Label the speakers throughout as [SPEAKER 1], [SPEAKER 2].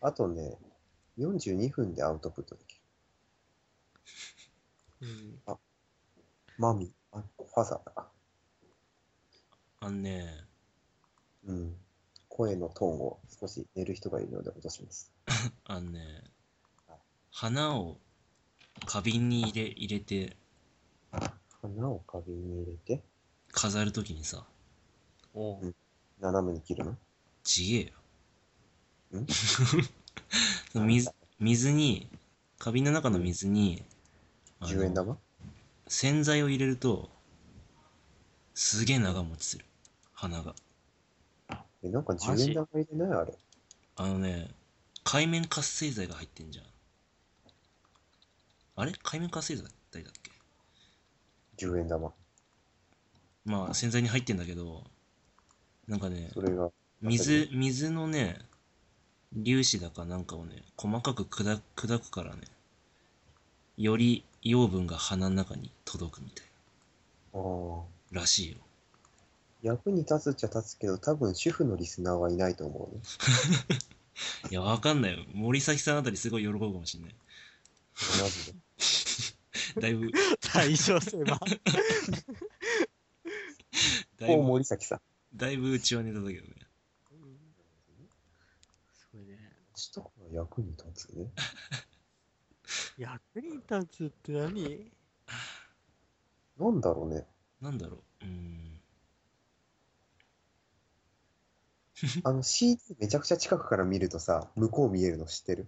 [SPEAKER 1] あとね、42分でアウトプットできる。
[SPEAKER 2] うん、
[SPEAKER 1] マミ、あファザーだな。
[SPEAKER 2] あのね、
[SPEAKER 1] うん。声のトーンを少し寝る人がいるので落とします。
[SPEAKER 2] あのね、花を花瓶に入れ入れて
[SPEAKER 1] 花を花瓶に入れて、
[SPEAKER 2] 飾るときにさ、
[SPEAKER 3] おう
[SPEAKER 1] 斜めに切るの
[SPEAKER 2] ちげえよ
[SPEAKER 1] ん。
[SPEAKER 2] その水水に、花瓶の中の水に、あの
[SPEAKER 1] ?10 円玉
[SPEAKER 2] 洗剤を入れると、すげえ長持ちする。花が。
[SPEAKER 1] え、なんか
[SPEAKER 3] マジ
[SPEAKER 1] 10円玉入れないあれ。
[SPEAKER 2] あのね、海面活性剤が入ってんじゃん。あれ海面活性剤だっけ
[SPEAKER 1] 10円玉。
[SPEAKER 2] まあ洗剤に入ってんだけど、なんかね、
[SPEAKER 1] それが、
[SPEAKER 2] 水、水のね、粒子だかなんかをね、細かく砕く砕くからね、より養分が鼻の中に届くみたい
[SPEAKER 1] ああ。
[SPEAKER 2] な、らしいよ。
[SPEAKER 1] 役に立つっちゃ立つけど、多分主婦のリスナーはいないと思うね。
[SPEAKER 2] いや、わかんないよ。森崎さんあたりすごい喜ぶかもしんない。
[SPEAKER 1] マジで。
[SPEAKER 2] だいぶ、
[SPEAKER 3] 対象性は。
[SPEAKER 2] だい
[SPEAKER 1] こう
[SPEAKER 2] ぶ、
[SPEAKER 1] 森崎さん。
[SPEAKER 2] だいぶうちはネタだけどね。
[SPEAKER 3] うんすごいね。
[SPEAKER 1] ちとかが役に立つね。
[SPEAKER 3] 役に立つって何
[SPEAKER 1] なんだろうね。
[SPEAKER 2] なんだろう。うーん。
[SPEAKER 1] あの CD めちゃくちゃ近くから見るとさ、向こう見えるの知ってる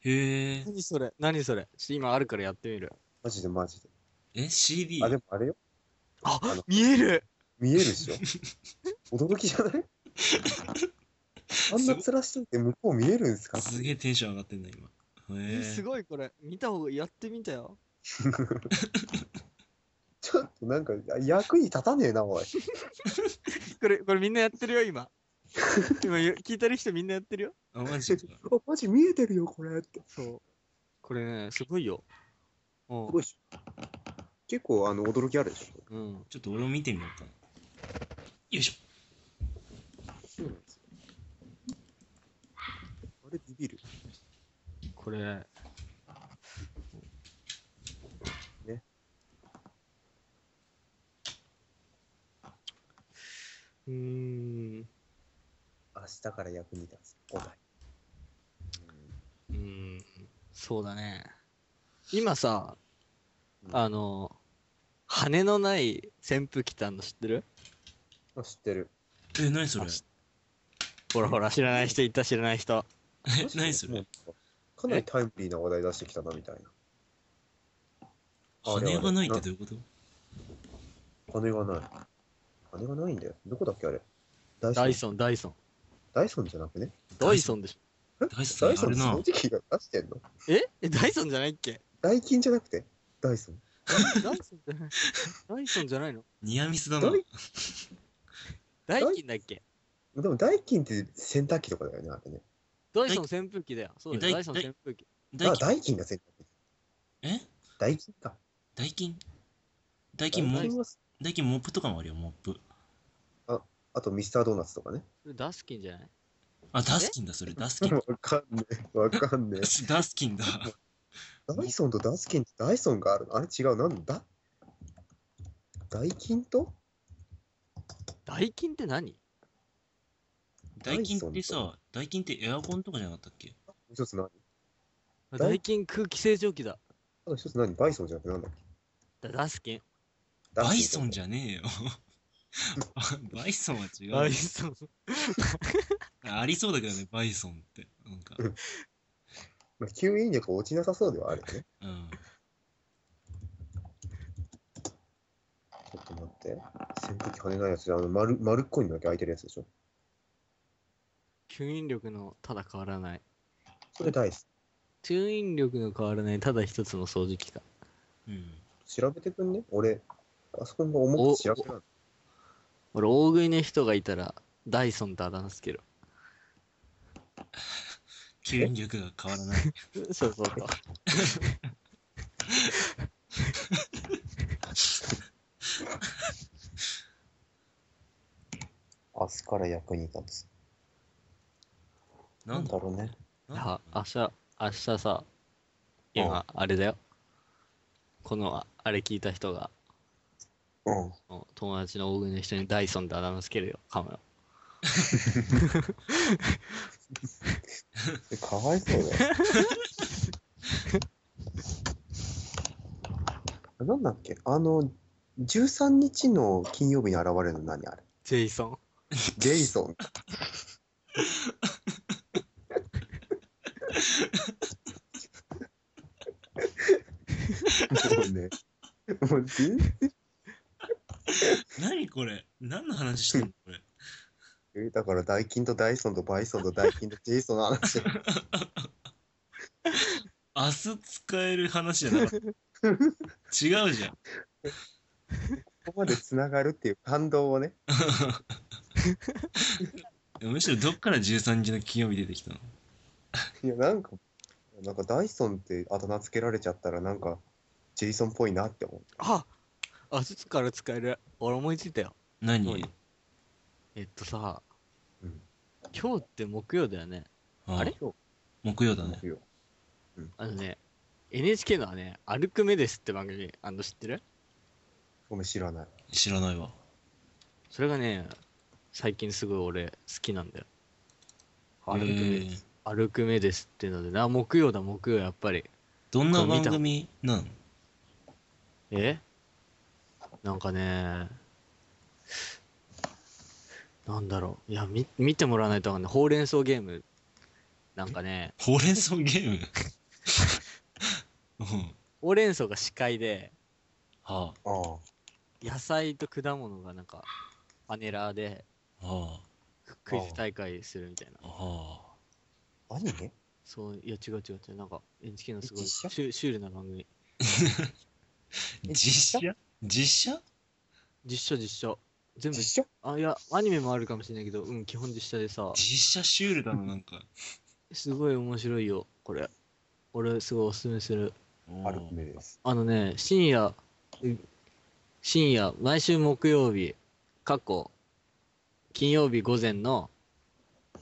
[SPEAKER 2] へえ。
[SPEAKER 3] 何それ何それちょっと今あるからやってみる。
[SPEAKER 1] マジでマジで。
[SPEAKER 2] え、CD?
[SPEAKER 1] あ、でもあれよ。
[SPEAKER 3] あ
[SPEAKER 1] あの
[SPEAKER 3] 見える
[SPEAKER 1] 見えるでしょ 驚きじゃないあんな面してて向こう見えるんですか
[SPEAKER 2] すげえテンション上がってんだ、今。へ
[SPEAKER 3] え
[SPEAKER 2] え。
[SPEAKER 3] す
[SPEAKER 2] ご
[SPEAKER 3] ごいこれ。見た方がやってみたよ。
[SPEAKER 1] ちょっとなんかあ役に立たねえな、おい。
[SPEAKER 3] これ、これみんなやってるよ、 今。今よ聞いてる人みんなやってるよ。
[SPEAKER 2] あ、マジか。
[SPEAKER 1] あ、マジ見えてるよ、これって。
[SPEAKER 3] そう。これね、すごいよ。うん
[SPEAKER 1] すごいっしょ結構あの驚きあるでしょ
[SPEAKER 3] うん。
[SPEAKER 2] ちょっと俺も見てみようかな。よいしょ。
[SPEAKER 1] そうなんですよ。あれビビる。
[SPEAKER 3] これ、
[SPEAKER 1] ね。
[SPEAKER 3] うーん。
[SPEAKER 1] 明日から役に立つ。答
[SPEAKER 3] うーん。そうだね。今さ、
[SPEAKER 1] うん
[SPEAKER 3] あの、羽のない扇風機ってあんの知ってる
[SPEAKER 1] え。知ってる。
[SPEAKER 2] え、何それ
[SPEAKER 3] あしほらほら、知らない人いた、知らない人。
[SPEAKER 2] え、何それ
[SPEAKER 1] かなりタイムリーな話題出してきたな、みたいな。あれ
[SPEAKER 2] 羽がないってどういうこと
[SPEAKER 1] 金がない。金がないんだよ。どこだっけあれ。ダイソン。
[SPEAKER 3] ダイソン、ダイソン。
[SPEAKER 1] ダイソンじゃなくね。
[SPEAKER 3] ダイソンでしょ。
[SPEAKER 2] ダイソ
[SPEAKER 1] ダ
[SPEAKER 2] ン
[SPEAKER 1] イ
[SPEAKER 2] あ
[SPEAKER 1] ソン
[SPEAKER 2] る
[SPEAKER 1] ってそ
[SPEAKER 2] な
[SPEAKER 1] の。時期が出してんの
[SPEAKER 3] ええ、ダイソンじゃないっけ
[SPEAKER 1] ダイキンじゃなくてダイソン。
[SPEAKER 3] ダイソンじゃない。ダイソンじゃないの
[SPEAKER 2] ニアミスだな
[SPEAKER 1] ダ。イ
[SPEAKER 3] ダイキンだっけ
[SPEAKER 1] でもダイキンって洗濯機とかだよね、あれね。
[SPEAKER 3] ダイソン扇風機だよ。そうだ
[SPEAKER 2] えダ
[SPEAKER 3] よ。ダ
[SPEAKER 2] イ
[SPEAKER 3] イソン扇風機。
[SPEAKER 2] ダイ
[SPEAKER 1] あ、
[SPEAKER 2] キン
[SPEAKER 1] ダイキンが洗濯機。
[SPEAKER 2] え
[SPEAKER 1] ダイキンか。
[SPEAKER 2] ダイキンダ
[SPEAKER 1] ダ
[SPEAKER 2] イキンモ
[SPEAKER 3] ダイキン
[SPEAKER 1] は
[SPEAKER 2] ダイキンモップとかもあるよ、モップ。
[SPEAKER 1] あとミスタードーナツとかね。
[SPEAKER 3] それダスキンじゃない
[SPEAKER 2] あ、ダスキンだ、それ、ダスキン。
[SPEAKER 1] わかんねえ。わかんねえ。
[SPEAKER 2] ダスキンだ。
[SPEAKER 1] ダイソンとダスキンってダイソンがあるのあれ違う、なんだダイキンと
[SPEAKER 3] ダイキンって何
[SPEAKER 2] ダイキンってさ、ダイキンってエアコンとかじゃなかったっけ
[SPEAKER 1] もう一つ何
[SPEAKER 3] あ
[SPEAKER 1] ダイ
[SPEAKER 3] ダイキン空気清浄機だ。
[SPEAKER 1] あと一つ何バイソンじゃなくてなんだっけ
[SPEAKER 3] だダスキン。
[SPEAKER 2] バイソンじ
[SPEAKER 1] ゃ
[SPEAKER 2] ゃねえよ。バイソンは違
[SPEAKER 3] ダ
[SPEAKER 2] う
[SPEAKER 3] イ。ソン。
[SPEAKER 2] ありそうだけどね、バイソンって。なんか、
[SPEAKER 1] まあ、吸引力落ちなさそうではあるよね。
[SPEAKER 2] うん。
[SPEAKER 1] ちょっと待って。扇風機跳ねないやつで、あの丸、丸っこいのだけ開いてるやつでしょ
[SPEAKER 3] 吸引力のただ変わらない。
[SPEAKER 1] それダイス。
[SPEAKER 3] 吸引力の変わらないただ一つの掃除機か。
[SPEAKER 2] うん。
[SPEAKER 1] 調べてくんね俺、パソコンが重くて調べてない。
[SPEAKER 3] 俺、大食いの人がいたら、ダイソンってあだ名つける。
[SPEAKER 2] 吸引力が変わらない。
[SPEAKER 3] そうそうそう。
[SPEAKER 1] 明日から役に立つ。なんだろうね。
[SPEAKER 2] なんだろ
[SPEAKER 3] あ
[SPEAKER 2] うね
[SPEAKER 3] 明日、明日さ、
[SPEAKER 1] うん
[SPEAKER 3] 今、あれだよ。この、ああれ聞いた人が、
[SPEAKER 1] うん。
[SPEAKER 3] 友達の大食いの人にダイソンであだ名つけるよ、かもよ。
[SPEAKER 1] それかわいそうだよ。 なんだっけあの、13日の金曜日に現れるの何あれ
[SPEAKER 3] ジェイソン。
[SPEAKER 1] ジェイソン。もうね、もう全然
[SPEAKER 2] 何これ何の話してんのこれ。
[SPEAKER 1] えだからダイキンとダイソンとバイソンとダイキンとジェイソンの話。
[SPEAKER 2] 明日使える話じゃなかった。違うじゃん。
[SPEAKER 1] ここまでつながるっていう感動をね。
[SPEAKER 2] むしろどっから13日の金曜日出てきたの
[SPEAKER 1] いや、なんか、なんかダイソンってあだ名つけられちゃったら、なんか、ジェイソンっぽいなって思う。
[SPEAKER 3] あ明日から使える。俺思いついたよ。
[SPEAKER 2] 何
[SPEAKER 3] えっとさ、
[SPEAKER 1] うん
[SPEAKER 3] 今日って木曜だよね。あれ
[SPEAKER 1] 今
[SPEAKER 2] 木曜だ
[SPEAKER 1] 日
[SPEAKER 2] ね。
[SPEAKER 1] 木曜
[SPEAKER 3] あのね、NHK のはね、歩く目ですって番組、あの、知ってる
[SPEAKER 1] ごめん、知らない。
[SPEAKER 2] 知らないわ。
[SPEAKER 3] それがね、最近すごい俺、好きなんだよ。歩く
[SPEAKER 2] え
[SPEAKER 3] 目
[SPEAKER 2] ー
[SPEAKER 3] 歩く目ですっていうのでな、木曜だ、木曜、やっぱり。
[SPEAKER 2] どんな番組なの
[SPEAKER 3] えなんかね、なんだろう。いや、み見てもらわないとわかんない。ほうれん草ゲーム。なんかね、
[SPEAKER 2] ほうれん草ゲームうん。
[SPEAKER 3] ほうれん草が司会で、
[SPEAKER 2] は
[SPEAKER 1] ああ。
[SPEAKER 3] 野菜と果物がなんか、パネラーで
[SPEAKER 2] あ、は
[SPEAKER 3] クイズ大会するみたいな。
[SPEAKER 2] あ、はあ。
[SPEAKER 1] アニメ
[SPEAKER 3] そう、いや、違う違う違う。なんか、NHK のすごいシ
[SPEAKER 1] 実写
[SPEAKER 3] ュシュールな番組。
[SPEAKER 1] え
[SPEAKER 2] 実写実写
[SPEAKER 3] 実写、実写。全部、
[SPEAKER 1] 実写
[SPEAKER 3] あ、いや、アニメもあるかもしれないけど、うん、基本実写でさ、
[SPEAKER 2] 実写シュールだな、なんか。
[SPEAKER 3] すごい面白いよ、これ。俺、すごいおすすめする。
[SPEAKER 1] アルメです。
[SPEAKER 3] あのね、深夜、う深夜、毎週木曜日、過去、金曜日午前の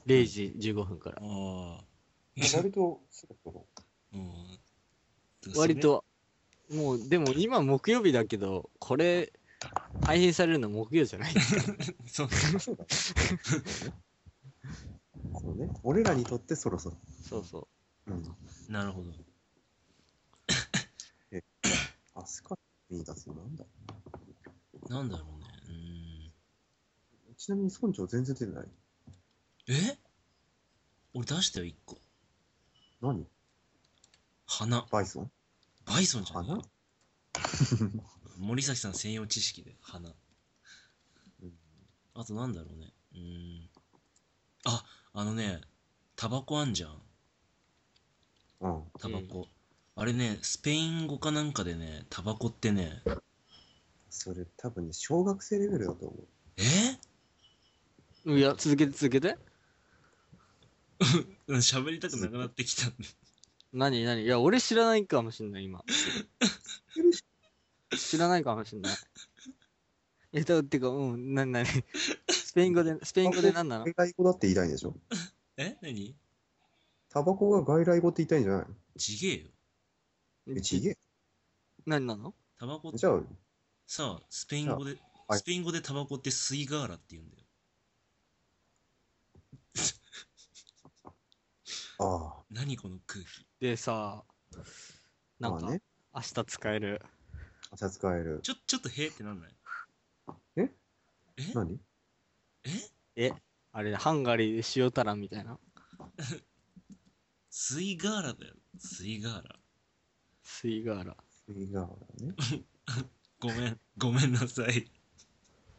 [SPEAKER 3] 0時15分から。
[SPEAKER 2] ああ。
[SPEAKER 1] 割と、そろそろ。
[SPEAKER 2] うん
[SPEAKER 3] 割。と、もう、でも今木曜日だけど、これ、配信されるの木曜じゃない
[SPEAKER 2] そう
[SPEAKER 1] そうだね。そうね。俺らにとってそろそろ。
[SPEAKER 3] そうそう。
[SPEAKER 1] うん。
[SPEAKER 2] なるほど。
[SPEAKER 1] アスカ見出すなんだ
[SPEAKER 2] なんだろうね。うーん。
[SPEAKER 1] ちなみに村長全然出てない。
[SPEAKER 2] え俺出したよ、一個。
[SPEAKER 1] 何
[SPEAKER 2] 花。
[SPEAKER 1] バイソン
[SPEAKER 2] バイソンじゃ
[SPEAKER 1] 花
[SPEAKER 2] ん。森崎さん専用知識で、花。
[SPEAKER 1] うん
[SPEAKER 2] あとなんだろうね。うーん。あ、あのね、タバコあんじゃん。
[SPEAKER 1] うん。
[SPEAKER 2] タバコ。あれね、スペイン語かなんかでね、タバコってね、
[SPEAKER 1] それ多分ね、小学生レベルだと思う。
[SPEAKER 2] え
[SPEAKER 3] いや、続けて続けて。
[SPEAKER 2] うん喋りたくなくなってきた。
[SPEAKER 3] 何何いや、俺知らないかもしんな い、今。知らないかもしんない。え、だってか、うん、なになにスペイン語で、スペイン語で何なの
[SPEAKER 1] 外来語だって言いたいんでしょ
[SPEAKER 2] え何
[SPEAKER 1] タバコが外来語って言いたいんじゃないの
[SPEAKER 2] ちげえよ。
[SPEAKER 1] え、ちげえ。
[SPEAKER 3] 何なの
[SPEAKER 2] タバコって
[SPEAKER 1] じゃあ、
[SPEAKER 2] さ、スペイン語で、
[SPEAKER 1] はい
[SPEAKER 2] スペイン語でタバコってスイガーラって言うんだよ。
[SPEAKER 1] あ
[SPEAKER 2] 何この空気。
[SPEAKER 3] でさ、
[SPEAKER 1] あ、
[SPEAKER 3] なんか、
[SPEAKER 1] まあね。
[SPEAKER 3] 明日使える。
[SPEAKER 1] 明日使える。
[SPEAKER 2] ちょ、ちょっとへーってなんない
[SPEAKER 1] え
[SPEAKER 2] え
[SPEAKER 1] 何
[SPEAKER 2] え
[SPEAKER 3] え、あれ、ハンガリーで塩たらんみたいな。
[SPEAKER 2] スイガーラだよ。スイガーラ。
[SPEAKER 3] スイガーラ。
[SPEAKER 1] スイガーね。
[SPEAKER 2] ごめん、ごめんなさい。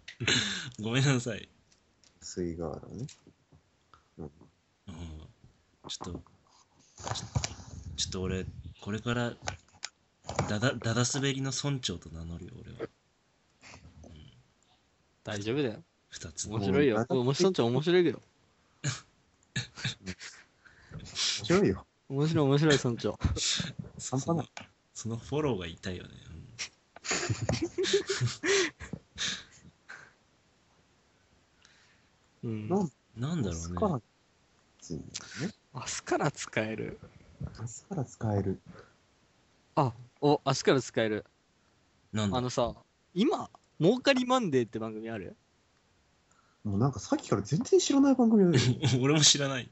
[SPEAKER 2] ごめんなさい。
[SPEAKER 1] スイガーね。
[SPEAKER 2] うん。ちょっと、ちょっと俺、これから、だだ、だだ滑りの村長と名乗るよ、俺は。
[SPEAKER 3] 大丈夫だよ。
[SPEAKER 2] 二つ。
[SPEAKER 3] 面白いよ。
[SPEAKER 1] もう
[SPEAKER 3] 面白いちゃん面白いけど。
[SPEAKER 1] 面白いよ。
[SPEAKER 3] 面白い面白い村長。
[SPEAKER 2] そ
[SPEAKER 1] 半端ない
[SPEAKER 2] そのそのフォローが痛いよね。
[SPEAKER 3] うん。
[SPEAKER 1] なん
[SPEAKER 2] うん、なんだろ
[SPEAKER 1] ス
[SPEAKER 2] う
[SPEAKER 1] カ
[SPEAKER 2] ね
[SPEAKER 1] ラ。ついにね。
[SPEAKER 3] 明日から使える。
[SPEAKER 1] 明日から使える。
[SPEAKER 3] あ、お、明日から使える。
[SPEAKER 2] なん
[SPEAKER 3] あ
[SPEAKER 2] だ
[SPEAKER 3] のさ、今、儲かりマンデーって番組ある
[SPEAKER 1] もうなんかさっきから全然知らない番組だ よ。
[SPEAKER 2] 俺も知らない。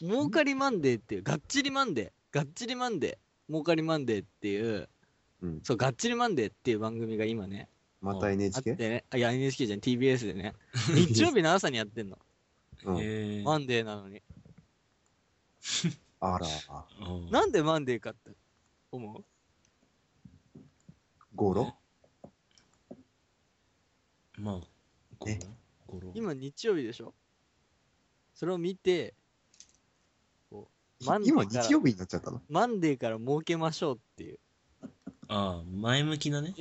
[SPEAKER 3] 儲かりマンデーっていう、がっちりマンデー、がっちりマンデー、儲かりマンデーっていう、
[SPEAKER 1] うん。
[SPEAKER 3] そう、がっちりマンデーっていう番組が今ね、
[SPEAKER 1] また
[SPEAKER 3] あって
[SPEAKER 1] NHK?
[SPEAKER 3] ね、あ、いや NHK じゃん、TBS でね、日曜日の朝にやってんの。
[SPEAKER 1] うん。
[SPEAKER 2] へえ。
[SPEAKER 3] マンデーなのに。
[SPEAKER 1] あら、
[SPEAKER 2] うん
[SPEAKER 3] なんでマンデーかって思う
[SPEAKER 1] ゴロ
[SPEAKER 2] まあ、ゴロ
[SPEAKER 1] え
[SPEAKER 2] ゴロ
[SPEAKER 3] 今日曜日でしょそれを見て、マンデー
[SPEAKER 1] 今
[SPEAKER 3] から
[SPEAKER 1] 日曜日になっちゃったの
[SPEAKER 3] マンデーから儲けましょうっていう
[SPEAKER 2] ああ、前向きなね。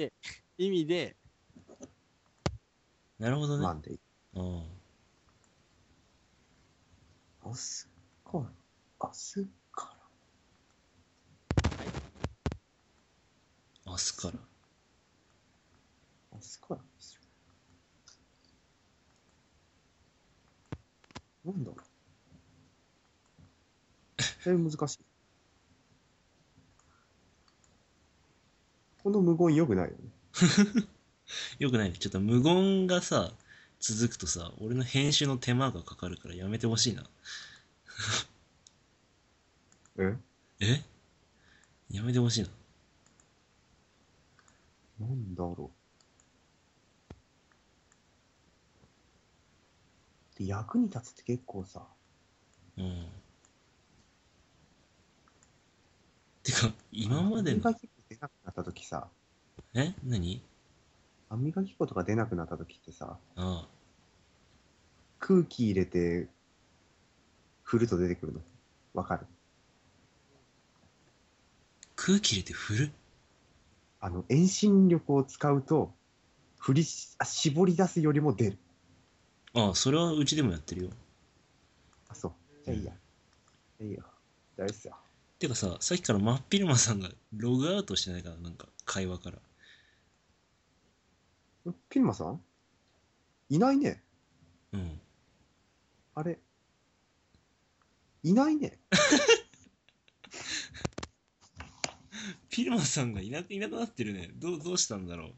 [SPEAKER 3] 意味で、
[SPEAKER 2] なるほどね。
[SPEAKER 1] マ
[SPEAKER 2] あ
[SPEAKER 1] ンデー。
[SPEAKER 2] あ
[SPEAKER 1] 明日から。明日から。
[SPEAKER 2] 明
[SPEAKER 1] 明
[SPEAKER 2] 日から。
[SPEAKER 1] 日からですよ。なんだろう。だいぶ難しい。この無言よくないよね。
[SPEAKER 2] よくないね。ちょっと無言がさ、続くとさ、俺の編集の手間がかかるからやめてほしいな。
[SPEAKER 1] え
[SPEAKER 2] えやめてほしいな。
[SPEAKER 1] なんだろう。で役に立つって結構さ、
[SPEAKER 2] うん。てか、今まで
[SPEAKER 1] 歯磨、
[SPEAKER 2] の
[SPEAKER 1] き粉出なくなった時さ、
[SPEAKER 2] え何
[SPEAKER 1] 歯磨き粉とか出なくなった時ってさ、
[SPEAKER 2] ああ。
[SPEAKER 1] 空気入れて、振ると出てくるの。わかる
[SPEAKER 2] 空気入れて振る
[SPEAKER 1] あの、遠心力を使うと、振りし、あ、絞り出すよりも出る。
[SPEAKER 2] ああ、それはうちでもやってるよ。
[SPEAKER 1] あ、そう。じゃあいいや。いいよ。大丈夫っすよ。
[SPEAKER 2] てかさ、さっきから真っ昼間さんがログアウトしてないから、なんか会話から。
[SPEAKER 1] んピンマさんいないね。
[SPEAKER 2] うん。
[SPEAKER 1] あれいないね。
[SPEAKER 2] ピルマさんがいなくいなくなってるね。どう、どうしたんだろう。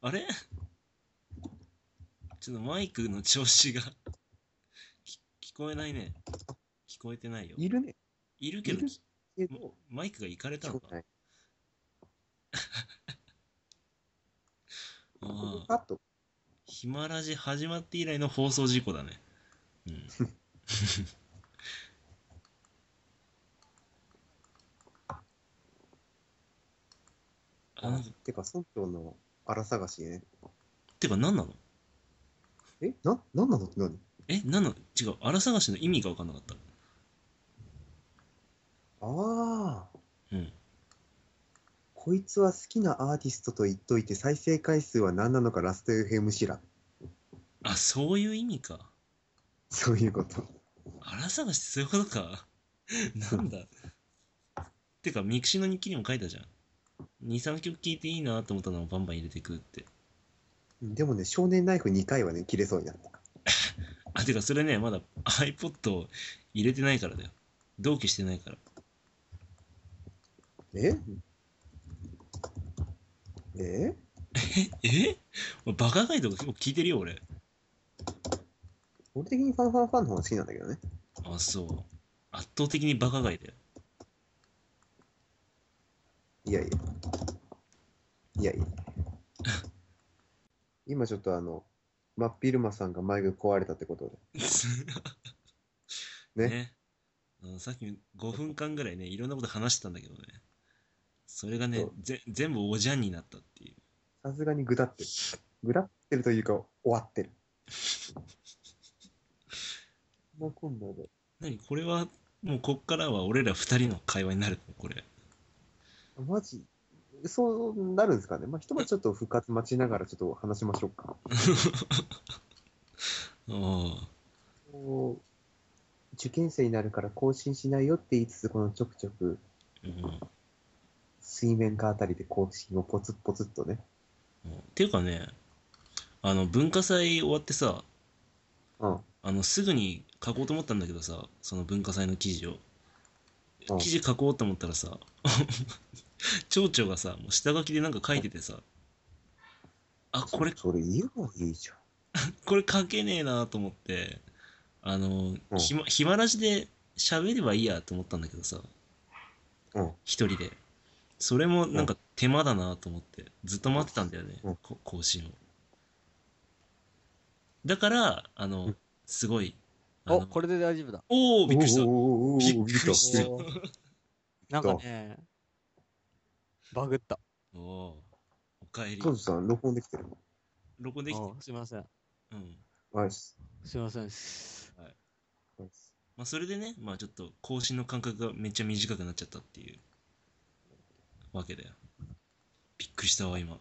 [SPEAKER 2] あれちょっとマイクの調子が き聞こえないね。聞こえてないよ。
[SPEAKER 1] いるね。
[SPEAKER 2] いるけど
[SPEAKER 1] いる
[SPEAKER 2] き
[SPEAKER 1] けど、
[SPEAKER 2] マイクがいかれた
[SPEAKER 1] 聞
[SPEAKER 2] の
[SPEAKER 1] こ
[SPEAKER 2] か
[SPEAKER 1] え。ない。
[SPEAKER 2] あ
[SPEAKER 1] パ
[SPEAKER 2] あ、
[SPEAKER 1] ッと。
[SPEAKER 2] ヒマラジ始まって以来の放送事故だね。うん。 あなんか
[SPEAKER 1] てか、村長の荒探しね。
[SPEAKER 2] てか何なの
[SPEAKER 1] えな、なんなのって何
[SPEAKER 2] え何なの違う。荒探しの意味が分かんなかった。
[SPEAKER 1] ああ。
[SPEAKER 2] うん。
[SPEAKER 1] こいつは好きなアーティストと言っといて、再生回数は何なのかラスト FM 知らん。
[SPEAKER 2] あ、そういう意味か。
[SPEAKER 1] そういうこと。
[SPEAKER 2] 荒探しってそういうことか。 なん だ。てか、ミクシィの日記にも書いたじゃん。2、3曲聴いていいなと思ったのをバンバン入れてくって。
[SPEAKER 1] でもね、少年ナイフ2回はね、切れそうになった。
[SPEAKER 2] あ、てか、それね、まだ iPod を入れてないからだよ。同期してないから。
[SPEAKER 1] ええ
[SPEAKER 2] えバカガイとか結構聞いてるよ、俺。
[SPEAKER 1] 俺的にファンファンファンの方が好きなんだけどね。
[SPEAKER 2] あ、そう。圧倒的にバカガイだよ。
[SPEAKER 1] いやいや。いやいや。今ちょっとあの、真っ昼間さんがマイク壊れたってことで。ね。
[SPEAKER 2] ね。うんさっき5分間ぐらいね、いろんなこと話してたんだけどね。それがね
[SPEAKER 1] そう、
[SPEAKER 2] ぜ全部おじゃんになったっていう。
[SPEAKER 1] さすがにグダってる。グダってるというか、終わってる。まあ、今度で。
[SPEAKER 2] 何これは、もうこっからは俺ら二人の会話になるのこれ。
[SPEAKER 1] マジそうなるんですかね。まあ、ひとまずちょっと復活待ちながらちょっと話しましょうか。
[SPEAKER 2] あ
[SPEAKER 1] こう受験生になるから更新しないよって言いつつ、このちょくちょく
[SPEAKER 2] あ。うん
[SPEAKER 1] 水面下あたりで更新をポツッポツッとね。
[SPEAKER 2] うんっていうかね、あの文化祭終わってさ
[SPEAKER 1] うん。
[SPEAKER 2] あのすぐに書こうと思ったんだけどさその文化祭の記事を
[SPEAKER 1] うん
[SPEAKER 2] 記事書こうと思ったらさ 町長がさもう下書きでなんか書いててさあこれ
[SPEAKER 1] それ言えばいいじゃん。
[SPEAKER 2] これ書けねえなと思ってあの、
[SPEAKER 1] うん
[SPEAKER 2] ひま暇なしで喋ればいいやと思ったんだけどさ
[SPEAKER 1] うん
[SPEAKER 2] 一人でそれもなんか手間だなと思ってずっと待ってたんだよね、
[SPEAKER 1] うん
[SPEAKER 2] こ更新をだからあの、
[SPEAKER 1] うん
[SPEAKER 2] すごいあ
[SPEAKER 3] お、
[SPEAKER 2] の
[SPEAKER 3] これで大丈夫だ。
[SPEAKER 2] おおびっくりした
[SPEAKER 1] おー
[SPEAKER 2] びっくりした
[SPEAKER 1] おー
[SPEAKER 3] なんか ね、バグった。
[SPEAKER 2] おおおかえり
[SPEAKER 1] カズさん、録音できてるの
[SPEAKER 2] 録音できて
[SPEAKER 3] おすいません。
[SPEAKER 2] うん
[SPEAKER 1] ナイス。
[SPEAKER 3] すいませんです。
[SPEAKER 1] ナイス
[SPEAKER 2] まあそれでねまあちょっと更新の間隔がめっちゃ短くなっちゃったっていうわけだよびっくりしたわ今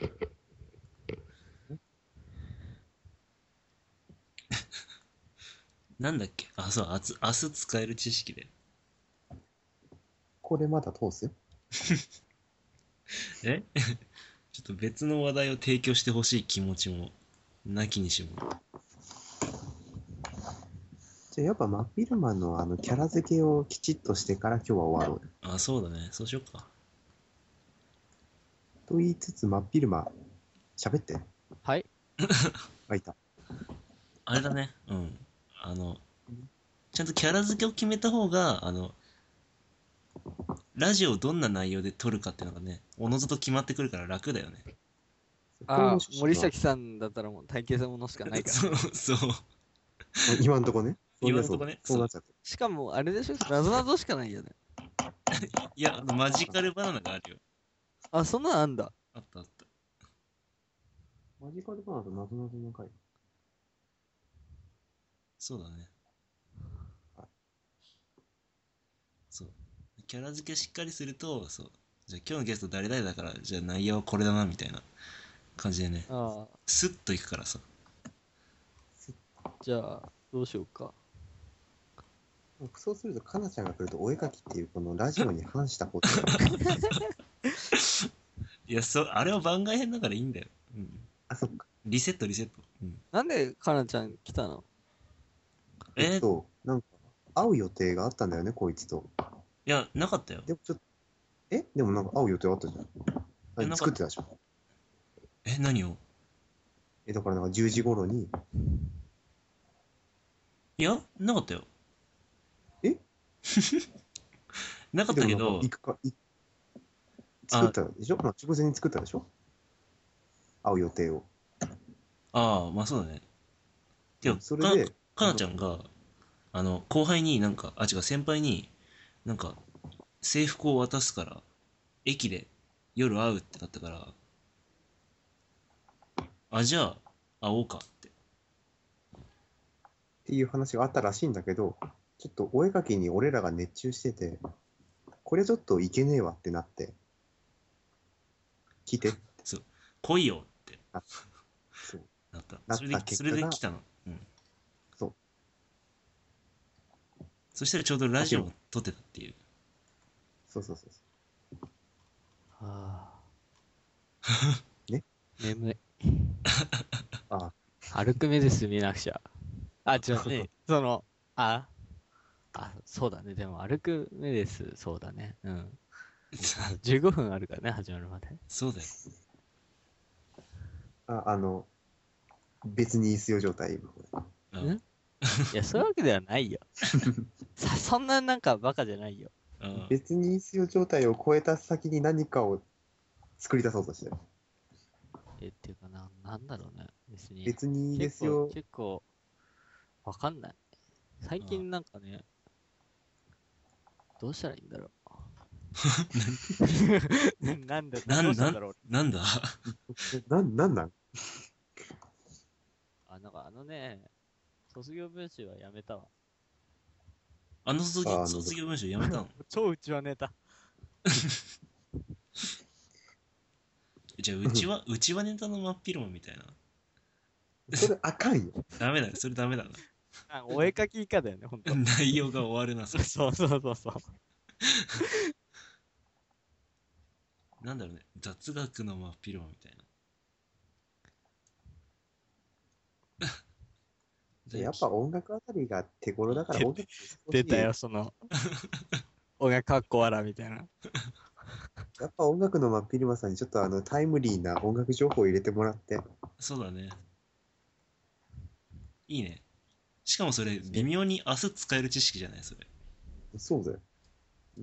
[SPEAKER 2] なんだっけあそう明日明日使える知識で
[SPEAKER 1] これまだ通す
[SPEAKER 2] えちょっと別の話題を提供してほしい気持ちもなきにしも
[SPEAKER 1] じゃあやっぱ真昼間のあのキャラ付けをきちっとしてから今日は終わろうよ
[SPEAKER 2] あそうだねそうしようか
[SPEAKER 1] と言いつつ真昼間喋って
[SPEAKER 3] はい。
[SPEAKER 1] あいた
[SPEAKER 2] あれだね、うん。あの、ちゃんとキャラ付けを決めた方が、あの、ラジオをどんな内容で撮るかっていうのがね、おのずと決まってくるから楽だよね。
[SPEAKER 3] ああ、森
[SPEAKER 1] 先
[SPEAKER 3] 崎さんだったらもう体型そのものしかないから。
[SPEAKER 2] そう、そう。
[SPEAKER 1] 今んとこね
[SPEAKER 2] 今んとこね
[SPEAKER 1] そうなっちゃった
[SPEAKER 3] しかも、あれでしょ謎謎しかないよね。
[SPEAKER 2] いや、あのマジカルバナナがあるよ。
[SPEAKER 3] あ、そんなんあんだ。
[SPEAKER 2] あったあった。
[SPEAKER 1] マジカルバナナとなぞなぞの回
[SPEAKER 2] そうだね。そう。キャラ付けしっかりすると、そう。じゃあ今日のゲスト誰々だから、じゃあ内容はこれだな、みたいな感じでね、
[SPEAKER 3] ああ、
[SPEAKER 2] スッといくからさ。
[SPEAKER 3] じゃあ、どうしようか。
[SPEAKER 1] 僕そうするとかなちゃんが来るとお絵描きっていうこのラジオに反した こと
[SPEAKER 2] いや、そう、あれは番外編だからいいんだよ。うん。
[SPEAKER 1] あそっか
[SPEAKER 2] リセット、リセット。うん。
[SPEAKER 3] なんで、かなちゃん来たの
[SPEAKER 2] えー
[SPEAKER 1] となんか会う予定があったんだよねこいつと
[SPEAKER 2] いや、なかったよ。
[SPEAKER 1] でもちょっとえでもなんか会う予定あったじゃん
[SPEAKER 2] なんか
[SPEAKER 1] 何作ってたじゃん
[SPEAKER 2] え、何を
[SPEAKER 1] えだからなんか10時頃に
[SPEAKER 2] いや、なかったよ。
[SPEAKER 1] え
[SPEAKER 2] なかったけ
[SPEAKER 1] でもなん
[SPEAKER 2] ど
[SPEAKER 1] か、行くかい
[SPEAKER 2] あ
[SPEAKER 1] 作ったでしょまあ直前に作ったでしょ会う予定を
[SPEAKER 2] ああ、まあそうだね。てか、
[SPEAKER 1] それで
[SPEAKER 2] かかなちゃんが、あの、後輩になんか、あ、違う、先輩に、なんか、制服を渡すから、駅で夜会うってなったから、あ、じゃあ、会おうかって。
[SPEAKER 1] っていう話があったらしいんだけど、ちょっとお絵描きに俺らが熱中してて、これちょっといけねえわってなって、聞いて、
[SPEAKER 2] 来いよって
[SPEAKER 1] そう
[SPEAKER 2] なった。
[SPEAKER 1] なった
[SPEAKER 2] それで、
[SPEAKER 1] 結果
[SPEAKER 2] それで
[SPEAKER 1] が
[SPEAKER 2] 来たの。うん。
[SPEAKER 1] そう。
[SPEAKER 2] そしたらちょうどラジオを撮ってたって いう。
[SPEAKER 1] そうそうそうそ
[SPEAKER 3] あ あ。
[SPEAKER 1] ね
[SPEAKER 3] 眠い。
[SPEAKER 1] う。あ
[SPEAKER 3] 歩く目で進みなくちゃ。あ、違うね。その、あ、あ、そうだね。でも歩く目です。そうだね。うん。あ15分あるからね、始まるまで。
[SPEAKER 2] そうだよ。
[SPEAKER 1] あ、あの、別に必要状態、今これ。
[SPEAKER 2] うん
[SPEAKER 3] んいや、そういうわけではない よ。さそんななんかバカじゃないよ。
[SPEAKER 2] うん
[SPEAKER 1] 別に必要状態を超えた先に何かを作り出そうとしてる。
[SPEAKER 3] え、っていうかな、なんだろうね。別に。
[SPEAKER 1] 別にですよ。
[SPEAKER 3] 結構、結構わかんない。最近なんかね、どうしたらいいんだろう。 なんだ、
[SPEAKER 2] なん
[SPEAKER 3] どうしたんだろう。
[SPEAKER 2] なんだ
[SPEAKER 1] なん、なんなん
[SPEAKER 3] あ、なんかあのね、卒業文集はやめたわ。
[SPEAKER 2] あの卒
[SPEAKER 1] ああ
[SPEAKER 2] 業
[SPEAKER 1] の
[SPEAKER 2] 卒業文集やめた の
[SPEAKER 3] 超うちはネタ。
[SPEAKER 2] じゃあ、うちは、うちはネタの真っ昼間みたいな。
[SPEAKER 1] それあかんよ。
[SPEAKER 2] ダメだよ、それダメだな。
[SPEAKER 3] あお絵描き以下だよね、ほんと。
[SPEAKER 2] 内容が終わるな、それ。
[SPEAKER 3] そうそうそうそう。
[SPEAKER 2] なんだろうね、雑学の真っ昼間みたいな。
[SPEAKER 1] でやっぱ音楽あたりが手頃だから音楽
[SPEAKER 3] 出たよ、その。俺がかっこわらみたいな。
[SPEAKER 1] やっぱ音楽の真っ昼間さんにちょっとあのタイムリーな音楽情報を入れてもらって
[SPEAKER 2] そうだね。いいね。しかもそれ、微妙に明日使える知識じゃないそれ。
[SPEAKER 1] そうだよ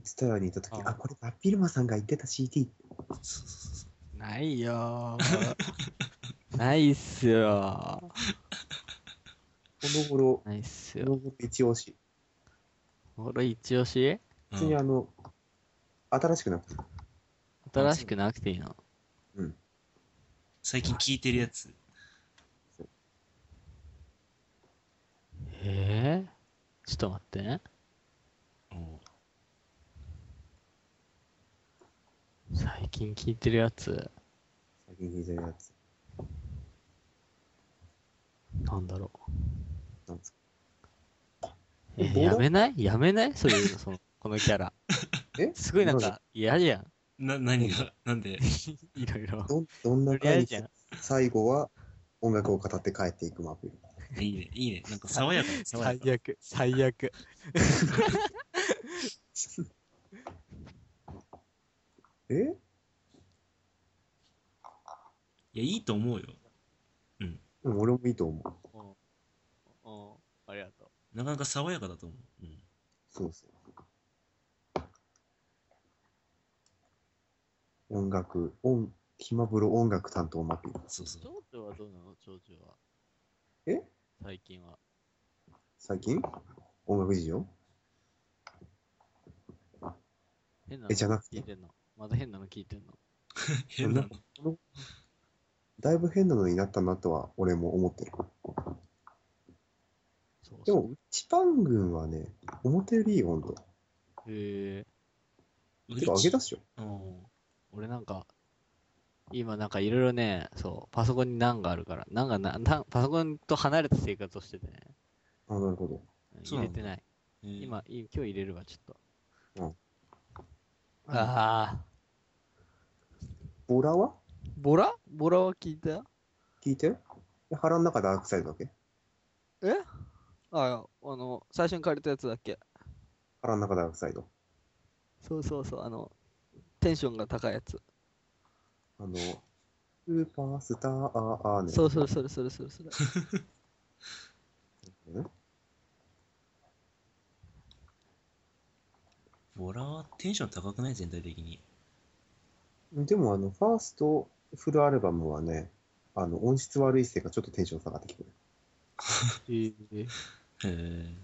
[SPEAKER 1] ツタヤにいた時
[SPEAKER 3] あ
[SPEAKER 1] あこれ真っ昼間さんが言ってた CD
[SPEAKER 2] そうそうそうそう。
[SPEAKER 3] ないよー。ないっす
[SPEAKER 1] こ
[SPEAKER 3] よ
[SPEAKER 1] の頃
[SPEAKER 3] ー。ないっす
[SPEAKER 1] こ
[SPEAKER 3] よ。
[SPEAKER 1] の頃一押し
[SPEAKER 3] 俺一押し
[SPEAKER 2] う
[SPEAKER 1] 普
[SPEAKER 2] ん
[SPEAKER 1] 通にあの、新しくなった
[SPEAKER 3] 新しくなくていいの。
[SPEAKER 1] うん
[SPEAKER 2] 最近聞いてるやつ。
[SPEAKER 3] えー、ちょっと待ってね。
[SPEAKER 2] うん
[SPEAKER 3] 最近聞いてるやつ、
[SPEAKER 1] 最近聞いてるやつ
[SPEAKER 3] なんだろ
[SPEAKER 1] なんですか
[SPEAKER 3] う。えー
[SPEAKER 1] ボーダー
[SPEAKER 3] やめないやめないそういうの、その、 このキャラ。
[SPEAKER 1] え
[SPEAKER 3] すごいな
[SPEAKER 1] ど
[SPEAKER 3] ん
[SPEAKER 1] うぞ
[SPEAKER 3] か嫌じゃん。
[SPEAKER 2] な、何が、なんで、
[SPEAKER 3] いろいろ。
[SPEAKER 1] どんどんな
[SPEAKER 3] とりあえ
[SPEAKER 1] 回
[SPEAKER 3] ずじゃん
[SPEAKER 1] 最後は音楽を語って帰っていく真っ昼間
[SPEAKER 2] いいね、いいね。なんか爽 やか、爽や
[SPEAKER 3] 最
[SPEAKER 2] か。
[SPEAKER 3] 悪、最悪。
[SPEAKER 1] え
[SPEAKER 2] いや、いいと思うよ。
[SPEAKER 1] うん俺もいいと思う
[SPEAKER 3] うんうんありがと。
[SPEAKER 2] なかなか爽やかだと思う。うん。
[SPEAKER 1] そうそう。音楽、音、暇風呂音楽担当マピー。
[SPEAKER 2] そうそうう。
[SPEAKER 3] 長女はどうなの長女は。
[SPEAKER 1] え
[SPEAKER 3] 最近は。
[SPEAKER 1] 最近音楽事情
[SPEAKER 3] 変なの
[SPEAKER 1] え、じゃなく
[SPEAKER 3] 聞い
[SPEAKER 1] て、
[SPEAKER 3] てんの。まだ変なの聞いてんの。
[SPEAKER 2] 変なの。
[SPEAKER 1] だいぶ変なのになったなとは俺も思ってる。
[SPEAKER 3] そう
[SPEAKER 1] で
[SPEAKER 3] そ
[SPEAKER 1] も
[SPEAKER 3] う。、
[SPEAKER 1] チパン軍はね、表よりいいよ、ほんと。
[SPEAKER 3] へえ。
[SPEAKER 1] てか、あげたっしょ。
[SPEAKER 2] うん。
[SPEAKER 3] 俺なんか、今なんかいろいろね、そう、パソコンに難があるから、難がな、なんパソコンと離れた生活をしててね、
[SPEAKER 1] あ、なるほど。
[SPEAKER 2] そうな
[SPEAKER 3] 入れ
[SPEAKER 2] んだ
[SPEAKER 3] てない。
[SPEAKER 2] えー、
[SPEAKER 3] 今、い今日入れるわ、ちょっと。
[SPEAKER 1] うん
[SPEAKER 3] ああ、
[SPEAKER 1] ボラは
[SPEAKER 3] ボラボラは聞いた
[SPEAKER 1] 聞いてで腹の中ダークサイドだっけ
[SPEAKER 3] えあ、あの、最初に借りたやつだっけ
[SPEAKER 1] 腹の中ダークサイド。
[SPEAKER 3] そうそうそう、あの、テンションが高いやつ。
[SPEAKER 1] あの、スーパースター、あーあーね。
[SPEAKER 3] そうそう、それそれそれそれ。
[SPEAKER 1] ね。
[SPEAKER 2] ボラはテンション高くない全体的に。
[SPEAKER 1] でもあの、ファーストフルアルバムはね、あの音質悪いせいかちょっとテンション下がってきてる。
[SPEAKER 3] え
[SPEAKER 2] へえ。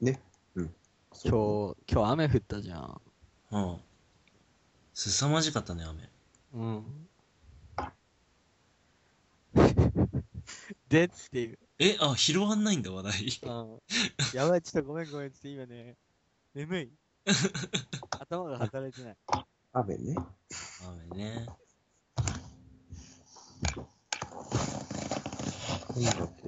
[SPEAKER 1] ね。うん。そう
[SPEAKER 3] 今日、今日雨降ったじゃん。
[SPEAKER 2] うん。凄まじかったね、雨。
[SPEAKER 3] うん。 でっていう。
[SPEAKER 2] え、あ、広がんないんだ、話題。
[SPEAKER 3] ん。やばい、ちょっとごめんごめんって今ね、眠い。頭が働いてない。
[SPEAKER 1] 雨ね。
[SPEAKER 2] 雨ね。
[SPEAKER 1] 音楽